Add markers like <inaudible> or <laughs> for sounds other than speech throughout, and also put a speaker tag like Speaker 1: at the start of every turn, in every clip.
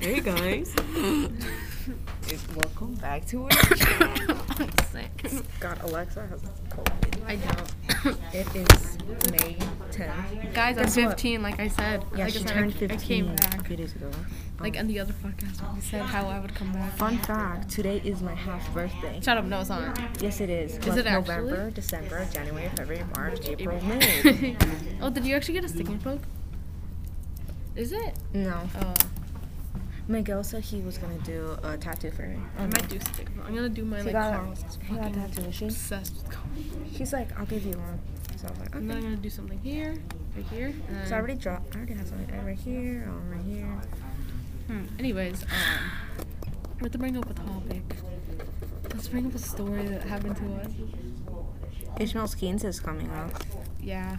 Speaker 1: Hey guys.
Speaker 2: Welcome back to <coughs> it.
Speaker 3: I'm sick.
Speaker 2: God, Alexa has COVID.
Speaker 3: I don't.
Speaker 2: It is May 10th.
Speaker 3: Guys,
Speaker 2: Guess
Speaker 3: I'm
Speaker 2: what?
Speaker 3: 15, like I said.
Speaker 2: Yeah,
Speaker 3: like
Speaker 2: she
Speaker 3: I, said, I-
Speaker 2: turned
Speaker 3: I
Speaker 2: 15
Speaker 3: came back.
Speaker 2: a few days ago. Um,
Speaker 3: Like on the other podcast, I said how I would come back.
Speaker 2: Fun fact: Today is my half birthday.
Speaker 3: Shut up, no, it's not.
Speaker 2: Yes, it is. Is
Speaker 3: it actually?
Speaker 2: November, December, January, February, March, April,
Speaker 3: <laughs>
Speaker 2: May.
Speaker 3: oh, did you actually get a sticking poke? Is it?
Speaker 2: no,
Speaker 3: Oh.
Speaker 2: Uh-huh. Miguel said he was gonna do a tattoo for me.
Speaker 3: I might do sticking poke. I'm gonna do mine
Speaker 2: He
Speaker 3: like
Speaker 2: got,
Speaker 3: Carl's.
Speaker 2: he got a tattoo. is she?
Speaker 3: Obsessed with Carl.
Speaker 2: He's like, I'll give you one. So I was like,
Speaker 3: And then
Speaker 2: okay.
Speaker 3: I'm gonna do something here, right here. And then,
Speaker 2: So I already dropped. I already have something right here, um, right
Speaker 3: <sighs>
Speaker 2: here.
Speaker 3: Hmm. Anyways, um, we have to bring up a topic. Let's bring up a story that happened to us.
Speaker 2: Ishmael's Keynes is coming up.
Speaker 3: Yeah.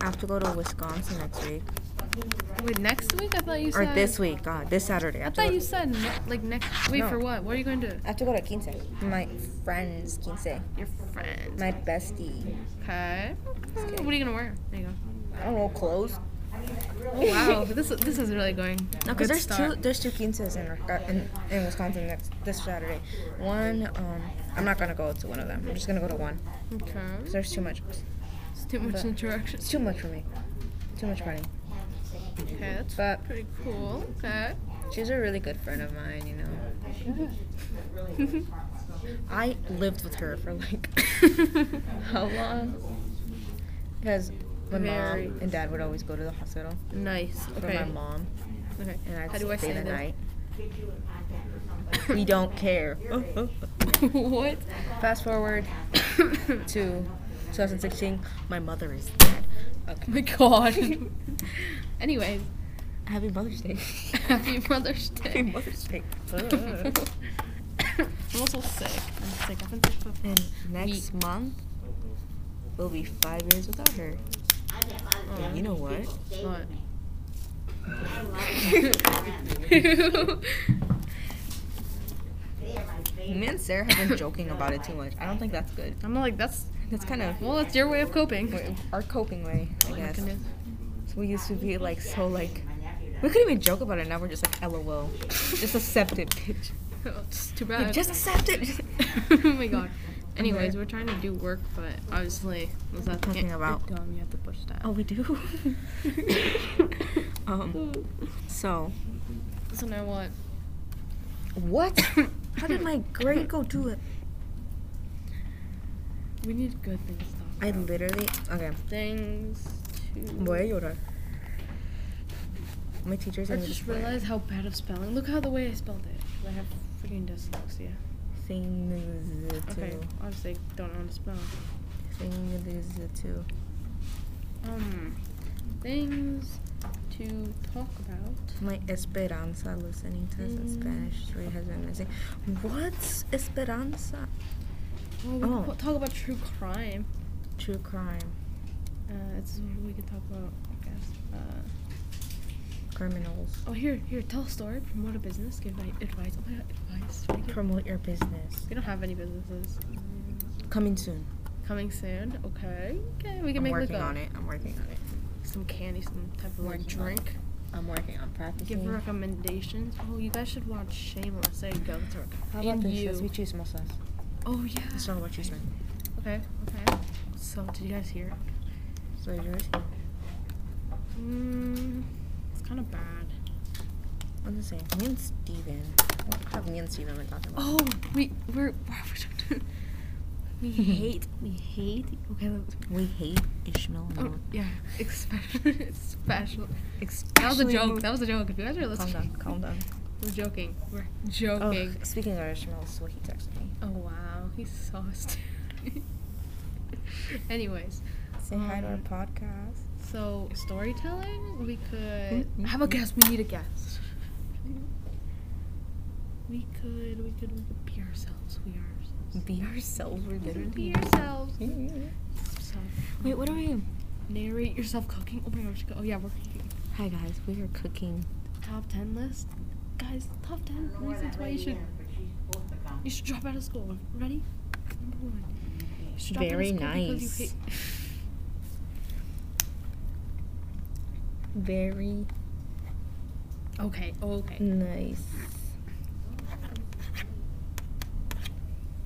Speaker 2: I have to go to Wisconsin next week.
Speaker 3: Wait, next week? I thought you
Speaker 2: Or
Speaker 3: said.
Speaker 2: this week, God, this Saturday.
Speaker 3: I thought you said ne- like next. Wait
Speaker 2: No.
Speaker 3: for what? What are you going to? do?
Speaker 2: I have to go to quince. My friend's quince.
Speaker 3: Your friends.
Speaker 2: My bestie.
Speaker 3: okay. What are you gonna wear? There you go.
Speaker 2: I don't know clothes.
Speaker 3: Oh wow, <laughs> this this is really going.
Speaker 2: No,
Speaker 3: good
Speaker 2: because there's
Speaker 3: start.
Speaker 2: two there's two quinces in, Wisco- in in Wisconsin next this Saturday. One, um, I'm not gonna go to one of them. I'm just gonna go to one.
Speaker 3: Okay.
Speaker 2: 'cause there's too much.
Speaker 3: It's too much
Speaker 2: but-
Speaker 3: interaction.
Speaker 2: It's too much for me. Too much party.
Speaker 3: Okay, that's
Speaker 2: But
Speaker 3: pretty cool.
Speaker 2: <laughs>
Speaker 3: Okay.
Speaker 2: she's a really good friend of mine. You know. I lived with her for like <laughs> how long? Because my
Speaker 3: Very.
Speaker 2: mom and dad would always go to the hospital
Speaker 3: nice.
Speaker 2: for
Speaker 3: Okay.
Speaker 2: my mom,
Speaker 3: Okay.
Speaker 2: and I'd
Speaker 3: How do I
Speaker 2: stay
Speaker 3: say
Speaker 2: the
Speaker 3: this? <laughs>
Speaker 2: night. we don't care. <coughs>
Speaker 3: what?
Speaker 2: Fast forward to 2016. My mother is dead. <laughs>
Speaker 3: Oh my god. <laughs> Anyways,
Speaker 2: Happy Mother's Day.
Speaker 3: <laughs> happy Mother's
Speaker 2: Happy
Speaker 3: Day.
Speaker 2: Mother's Day.
Speaker 3: <laughs> I'm also sick. I'm sick. I've been sick for
Speaker 2: and next month will be five years without her. And you know what?
Speaker 3: What?
Speaker 2: <laughs> Me and Sarah have been joking about it too much. I don't think that's good.
Speaker 3: I'm like, that's
Speaker 2: That's
Speaker 3: <laughs>
Speaker 2: kind of
Speaker 3: well, that's your way of coping.
Speaker 2: our coping way, I guess.
Speaker 3: Oh Goodness.
Speaker 2: We used to be like so like we couldn't even joke about it. Now we're just like LOL. Just accept it, bitch.
Speaker 3: <laughs> Oh, it's too
Speaker 2: Like,
Speaker 3: bad.
Speaker 2: just accept it.
Speaker 3: <laughs> oh my god. Anyways,
Speaker 2: Okay.
Speaker 3: we're trying to do work, but obviously, was that
Speaker 2: Talking about-
Speaker 3: Dumb, you have to push that.
Speaker 2: oh,
Speaker 3: <laughs>
Speaker 2: <laughs> we do. um. So
Speaker 3: so now what?
Speaker 2: what? How did my grade go to it?
Speaker 3: We need good things to talk
Speaker 2: I literally okay.
Speaker 3: Things to.
Speaker 2: Voy a llorar. My teachers
Speaker 3: I
Speaker 2: are
Speaker 3: just realized how bad of spelling. Look how the way I spelled it. 'cause I have freaking dyslexia.
Speaker 2: things to
Speaker 3: Okay, honestly, don't know how to spell.
Speaker 2: things to
Speaker 3: Um, things to talk about.
Speaker 2: my esperanza listening test in
Speaker 3: Mm.
Speaker 2: Spanish three has been missing. What's esperanza?
Speaker 3: Well, we
Speaker 2: Oh.
Speaker 3: could talk about true crime.
Speaker 2: True crime,
Speaker 3: Uh, it's something we could talk about, I guess. Uh,
Speaker 2: criminals.
Speaker 3: oh, here, here, tell a story, promote a business, give like, advice. Oh my god, advice. We, give-
Speaker 2: Promote your business.
Speaker 3: we don't have any businesses.
Speaker 2: Coming soon.
Speaker 3: Coming soon. Okay. Okay, we can
Speaker 2: I'm
Speaker 3: make
Speaker 2: working
Speaker 3: like a-
Speaker 2: on it. I'm working on it.
Speaker 3: some candy, some type of like
Speaker 2: Working on it.
Speaker 3: drink.
Speaker 2: I'm working on practicing.
Speaker 3: Give recommendations. Oh, you guys should watch Shameless. There you go. That's our
Speaker 2: How about
Speaker 3: and
Speaker 2: this?
Speaker 3: you.
Speaker 2: Let's be chismosas.
Speaker 3: Oh yeah.
Speaker 2: Let's talk about chisme.
Speaker 3: Okay. Okay. So, did you guys hear?
Speaker 2: So yours?
Speaker 3: Mm, it's kind of bad.
Speaker 2: I'm the same. Me and Steven. What have me and Steven been talking about?
Speaker 3: Oh, we we're, we're <laughs> we hate we hate. Okay, that was-
Speaker 2: We hate Ishmael.
Speaker 3: oh,
Speaker 2: Noah.
Speaker 3: yeah, <laughs> especially especially. That was a
Speaker 2: Especially
Speaker 3: joke. That was a joke. If you guys are
Speaker 2: Calm
Speaker 3: listening,
Speaker 2: down, calm down.
Speaker 3: we're joking. We're
Speaker 2: Oh,
Speaker 3: joking.
Speaker 2: speaking of Ishmael, so he texted me.
Speaker 3: Oh, wow, he's <laughs> sauced. Anyways, um,
Speaker 2: Say hi to our podcast.
Speaker 3: so storytelling. We could
Speaker 2: Mm, mm,
Speaker 3: Mm-hmm. have a
Speaker 2: mm.
Speaker 3: guest. We need a guest. We could. We could. We could be ourselves. We are. ourselves.
Speaker 2: Be ourselves. We're
Speaker 3: Be ourselves. So,
Speaker 2: Wait, what are we?
Speaker 3: narrate yourself cooking. Oh my gosh. go- Oh yeah, we're cooking.
Speaker 2: Hi guys, we are cooking.
Speaker 3: Top ten list, guys. Top ten reasons why you should you should drop out of school. Ready? Number one. You should drop out of
Speaker 2: Very
Speaker 3: school because you
Speaker 2: nice.
Speaker 3: <laughs> hate-
Speaker 2: Very
Speaker 3: Okay. Oh, okay.
Speaker 2: Nice.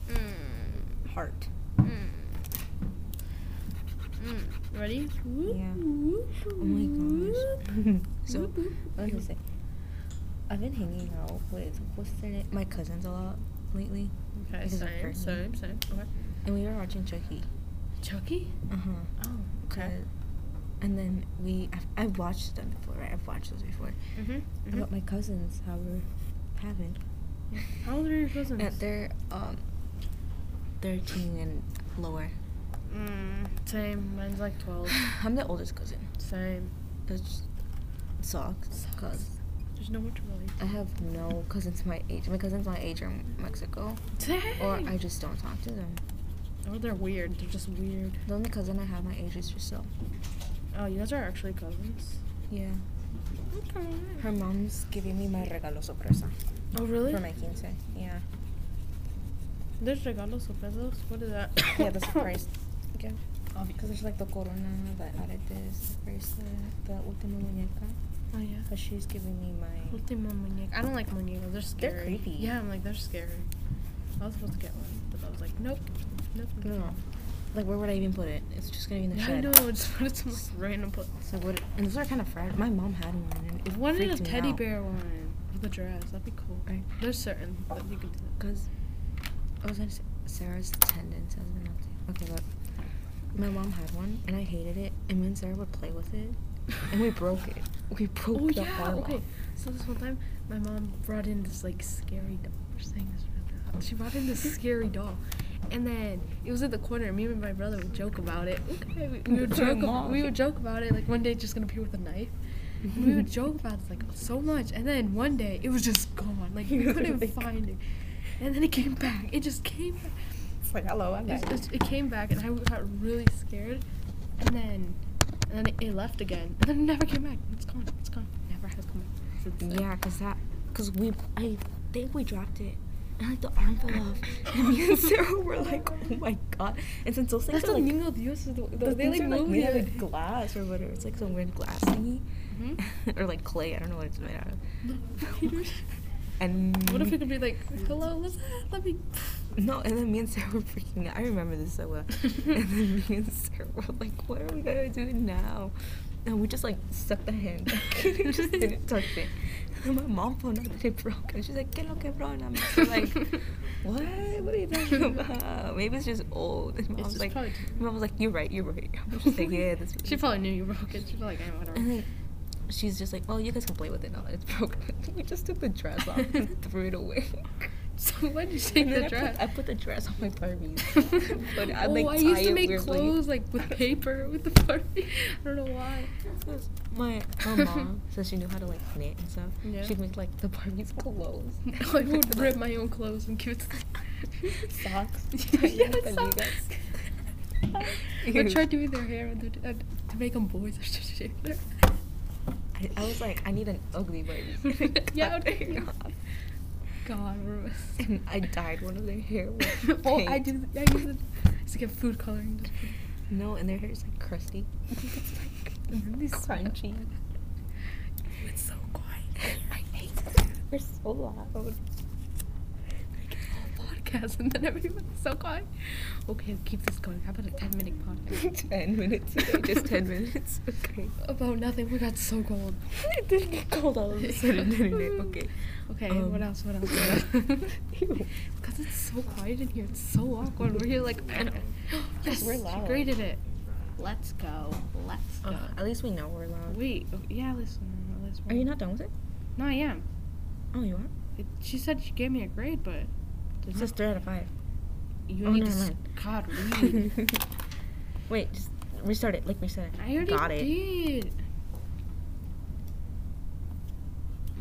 Speaker 3: Mm.
Speaker 2: Heart.
Speaker 3: Mm. Ready? Whoop,
Speaker 2: Yeah.
Speaker 3: whoop,
Speaker 2: Oh my gosh. <laughs> so,
Speaker 3: whoop, whoop.
Speaker 2: I was gonna say, I've been hanging out with what's their name? My cousins a lot lately,
Speaker 3: Okay,
Speaker 2: This is
Speaker 3: same,
Speaker 2: for
Speaker 3: same, same. Okay.
Speaker 2: and we were watching Chucky.
Speaker 3: Chucky?
Speaker 2: Uh huh.
Speaker 3: Oh, okay.
Speaker 2: And then we, I've, I've watched them before, right? I've watched those before.
Speaker 3: Mm-hmm.
Speaker 2: About my cousins, how we're having.
Speaker 3: How old are your cousins?
Speaker 2: Uh, they're um, thirteen and lower. <sighs>
Speaker 3: Mm, same. Mine's like
Speaker 2: <gasps>
Speaker 3: 12.
Speaker 2: I'm the oldest cousin.
Speaker 3: same.
Speaker 2: Which sucks, cause
Speaker 3: There's no more to relate.
Speaker 2: I have no cousins my age. My cousins my age are in Mexico,
Speaker 3: Dang!
Speaker 2: or I just don't talk to them.
Speaker 3: Or they're weird. They're just weird.
Speaker 2: The only cousin I have my age is Giselle.
Speaker 3: Oh, you guys are actually cousins.
Speaker 2: Yeah.
Speaker 3: Okay.
Speaker 2: Her mom's giving me my regalo sorpresa
Speaker 3: Oh, really?
Speaker 2: for my quince. Yeah.
Speaker 3: There's regalo sorpresos. What is that?
Speaker 2: Yeah,
Speaker 3: <coughs>
Speaker 2: the surprise. Yeah.
Speaker 3: Obvi-
Speaker 2: Because there's like the corona, the aretes, the bracelet, the última muñeca.
Speaker 3: Oh, yeah.
Speaker 2: But she's giving me my.
Speaker 3: Ultimo muñeca. I don't like muñecas. They're scary.
Speaker 2: They're creepy.
Speaker 3: Yeah, I'm like, they're scary. I was supposed to get one, but I was like, nope. Nope. nope.
Speaker 2: No. Like, where would I even put it? It's just gonna be in the
Speaker 3: Yeah, I
Speaker 2: shed.
Speaker 3: know. Just <laughs> put it some like, random place.
Speaker 2: So what? And those are kind of fragile. My mom had one, and it
Speaker 3: One in a
Speaker 2: freaked me
Speaker 3: teddy
Speaker 2: out.
Speaker 3: bear one with a dress. That'd be cool.
Speaker 2: Right.
Speaker 3: There's certain that you can do that.
Speaker 2: Cause I was gonna say Sarah's attendance has been up. to- Okay, look. My mom had one, and I hated it. And me and Sarah would play with it, and we broke it. We broke
Speaker 3: Oh
Speaker 2: the
Speaker 3: yeah.
Speaker 2: arm
Speaker 3: Okay.
Speaker 2: off.
Speaker 3: So this one time, my mom brought in this like scary doll. We're saying this right now. She brought in this scary doll, and then it was at the corner. Me and my brother would joke about it. Okay, we, we would
Speaker 2: <laughs> Your
Speaker 3: joke. ab-
Speaker 2: mom.
Speaker 3: we would joke about it. Like one day, it's just gonna appear with a knife. And we
Speaker 2: <laughs>
Speaker 3: would joke about it like so much, and then one day it was just gone. Like
Speaker 2: <laughs>
Speaker 3: we couldn't
Speaker 2: Like-
Speaker 3: find it, and then it came back. It just came. back.
Speaker 2: It's like hello, I'm
Speaker 3: It, was- it was- it came back, and I got really scared, and then and then it, it left again, and then it never came back. It's gone. It's gone. Never has come back. since then.
Speaker 2: Yeah, cause that, cause we, I think we dropped it, and like the arm fell off, and
Speaker 3: <laughs>
Speaker 2: me and Sarah were like, oh my god. And since those things
Speaker 3: That's
Speaker 2: are
Speaker 3: what
Speaker 2: like,
Speaker 3: Nemo Dios is. The, the,
Speaker 2: those
Speaker 3: they
Speaker 2: things
Speaker 3: like
Speaker 2: are like
Speaker 3: move
Speaker 2: made
Speaker 3: the <laughs>
Speaker 2: out of glass or whatever. It's like some weird glass thingy,
Speaker 3: Mhm.
Speaker 2: <laughs> or like clay. I don't know what it's made out of.
Speaker 3: Peter.
Speaker 2: And
Speaker 3: Mm-hmm. What if it could be like, hello, what's that? That'd be.
Speaker 2: <laughs> No,
Speaker 3: <laughs>
Speaker 2: and then me and Sarah were freaking out. I remember this so well. and then me and Sarah were like, what are we gonna do now? And we just like stuck the hand back <laughs> in and just didn't touch it. And then my mom found out that it broke and she's like, que lo quebró? And I'm just <laughs> like, what? What are
Speaker 3: <laughs>
Speaker 2: you talking about? Maybe it's just old. And
Speaker 3: It's
Speaker 2: mom's
Speaker 3: just
Speaker 2: like,
Speaker 3: probably-
Speaker 2: mom's like, you're right, you're right. I'm
Speaker 3: <laughs>
Speaker 2: just like, yeah, this
Speaker 3: She probably knew you broke it. She probably like, I
Speaker 2: And
Speaker 3: whatever.
Speaker 2: then she's just like, well, you guys can play with it now that it's <laughs> broken. we just took the dress off
Speaker 3: <laughs>
Speaker 2: and threw it away.
Speaker 3: So why did you take
Speaker 2: And then
Speaker 3: the
Speaker 2: I put-
Speaker 3: dress?
Speaker 2: I put the dress on
Speaker 3: <laughs>
Speaker 2: my Barbies. <laughs> but I,
Speaker 3: oh,
Speaker 2: like,
Speaker 3: I
Speaker 2: tie
Speaker 3: used
Speaker 2: it
Speaker 3: to make
Speaker 2: weirdly.
Speaker 3: clothes like
Speaker 2: <laughs>
Speaker 3: with paper with the Barbie. I don't know why.
Speaker 2: My,
Speaker 3: <laughs>
Speaker 2: my mom, says she knew how to like knit and stuff,
Speaker 3: Yeah.
Speaker 2: she'd make like the Barbies clothes.
Speaker 3: <laughs> I
Speaker 2: <laughs>
Speaker 3: would rip my own clothes and give it. to-
Speaker 2: <laughs> Socks.
Speaker 3: yeah,
Speaker 2: Like,
Speaker 3: socks. <laughs> I
Speaker 2: <laughs> Ew.
Speaker 3: tried doing their hair and their, uh, to make them boys. I should shave their.
Speaker 2: I, I was like, I need an ugly
Speaker 3: <laughs>
Speaker 2: <laughs> Barbie.
Speaker 3: Yeah,
Speaker 2: Cut
Speaker 3: okay.
Speaker 2: it off.
Speaker 3: God,
Speaker 2: <laughs>
Speaker 3: we're
Speaker 2: And I dyed one of their hair
Speaker 3: <laughs>
Speaker 2: with
Speaker 3: oh, I
Speaker 2: paint.
Speaker 3: did. I used it. I used to get food coloring. Just
Speaker 2: No, and their hair is like crusty.
Speaker 3: <laughs>
Speaker 2: it's like really crunchy.
Speaker 3: It's so quiet.
Speaker 2: <laughs> I hate We're so loud.
Speaker 3: Whole podcast and then everyone's so quiet. Okay, keep this going. How about a ten-minute podcast
Speaker 2: <laughs> 10 minutes.
Speaker 3: <laughs>
Speaker 2: Okay, just 10 minutes. Okay.
Speaker 3: about nothing? We got so cold.
Speaker 2: <laughs> it didn't get cold all of a sudden,
Speaker 3: <laughs>
Speaker 2: didn't it? Okay.
Speaker 3: Okay,
Speaker 2: Um,
Speaker 3: what else? What else? <laughs> What else?
Speaker 2: <laughs> Ew.
Speaker 3: Because it's so quiet in here. It's so awkward. We're here like. <gasps> yes,
Speaker 2: we're
Speaker 3: she
Speaker 2: loud.
Speaker 3: graded it. Uh, Let's go. Let's go.
Speaker 2: at least we know we're loud.
Speaker 3: Wait. o- Yeah, listen. listen.
Speaker 2: Are you not done with it?
Speaker 3: No, I am.
Speaker 2: Oh, you are?
Speaker 3: It, she said she gave me a grade, but
Speaker 2: It says 3 out of 5.
Speaker 3: you
Speaker 2: Oh,
Speaker 3: need to.
Speaker 2: never
Speaker 3: s-
Speaker 2: mind. <laughs>
Speaker 3: God, read.
Speaker 2: Wait, just restart it. Like, reset it.
Speaker 3: I already
Speaker 2: Got it.
Speaker 3: did.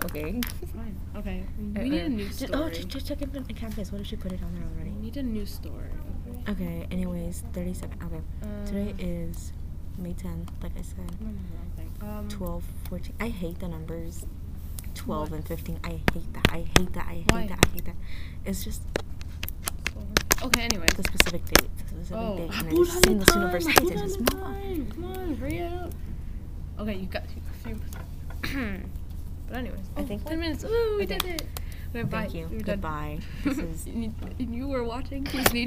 Speaker 2: Okay.
Speaker 3: Fine. Okay. We need a new
Speaker 2: Just-
Speaker 3: story.
Speaker 2: oh, just, just check in the campus. What if she put it on there
Speaker 3: we
Speaker 2: already?
Speaker 3: need a new story. Okay.
Speaker 2: Okay, anyways, 37. Okay. Today
Speaker 3: Um,
Speaker 2: is May 10th, like I said.
Speaker 3: No, no, wrong thing. Um,
Speaker 2: 12, 14. I hate the numbers 12
Speaker 3: Why?
Speaker 2: and 15. I hate that. I hate that. I hate
Speaker 3: Why?
Speaker 2: that. I hate that. It's just
Speaker 3: so hard. Okay. Anyway.
Speaker 2: the specific date. The specific
Speaker 3: Oh,
Speaker 2: date. And
Speaker 3: put
Speaker 2: then
Speaker 3: on
Speaker 2: it's in
Speaker 3: the
Speaker 2: this universe.
Speaker 3: time,
Speaker 2: Hey,
Speaker 3: put
Speaker 2: this
Speaker 3: on
Speaker 2: is
Speaker 3: the
Speaker 2: my-
Speaker 3: <clears throat> time. Come on, hurry up. Okay, you got. you-
Speaker 4: But anyways,
Speaker 2: I
Speaker 4: oh,
Speaker 2: think
Speaker 4: ten
Speaker 2: we-
Speaker 4: minutes. Woo, we
Speaker 2: okay.
Speaker 4: did it. Okay, bye.
Speaker 2: Thank you.
Speaker 4: We're done.
Speaker 3: <laughs>
Speaker 2: Goodbye. This is
Speaker 4: and you were watching Disney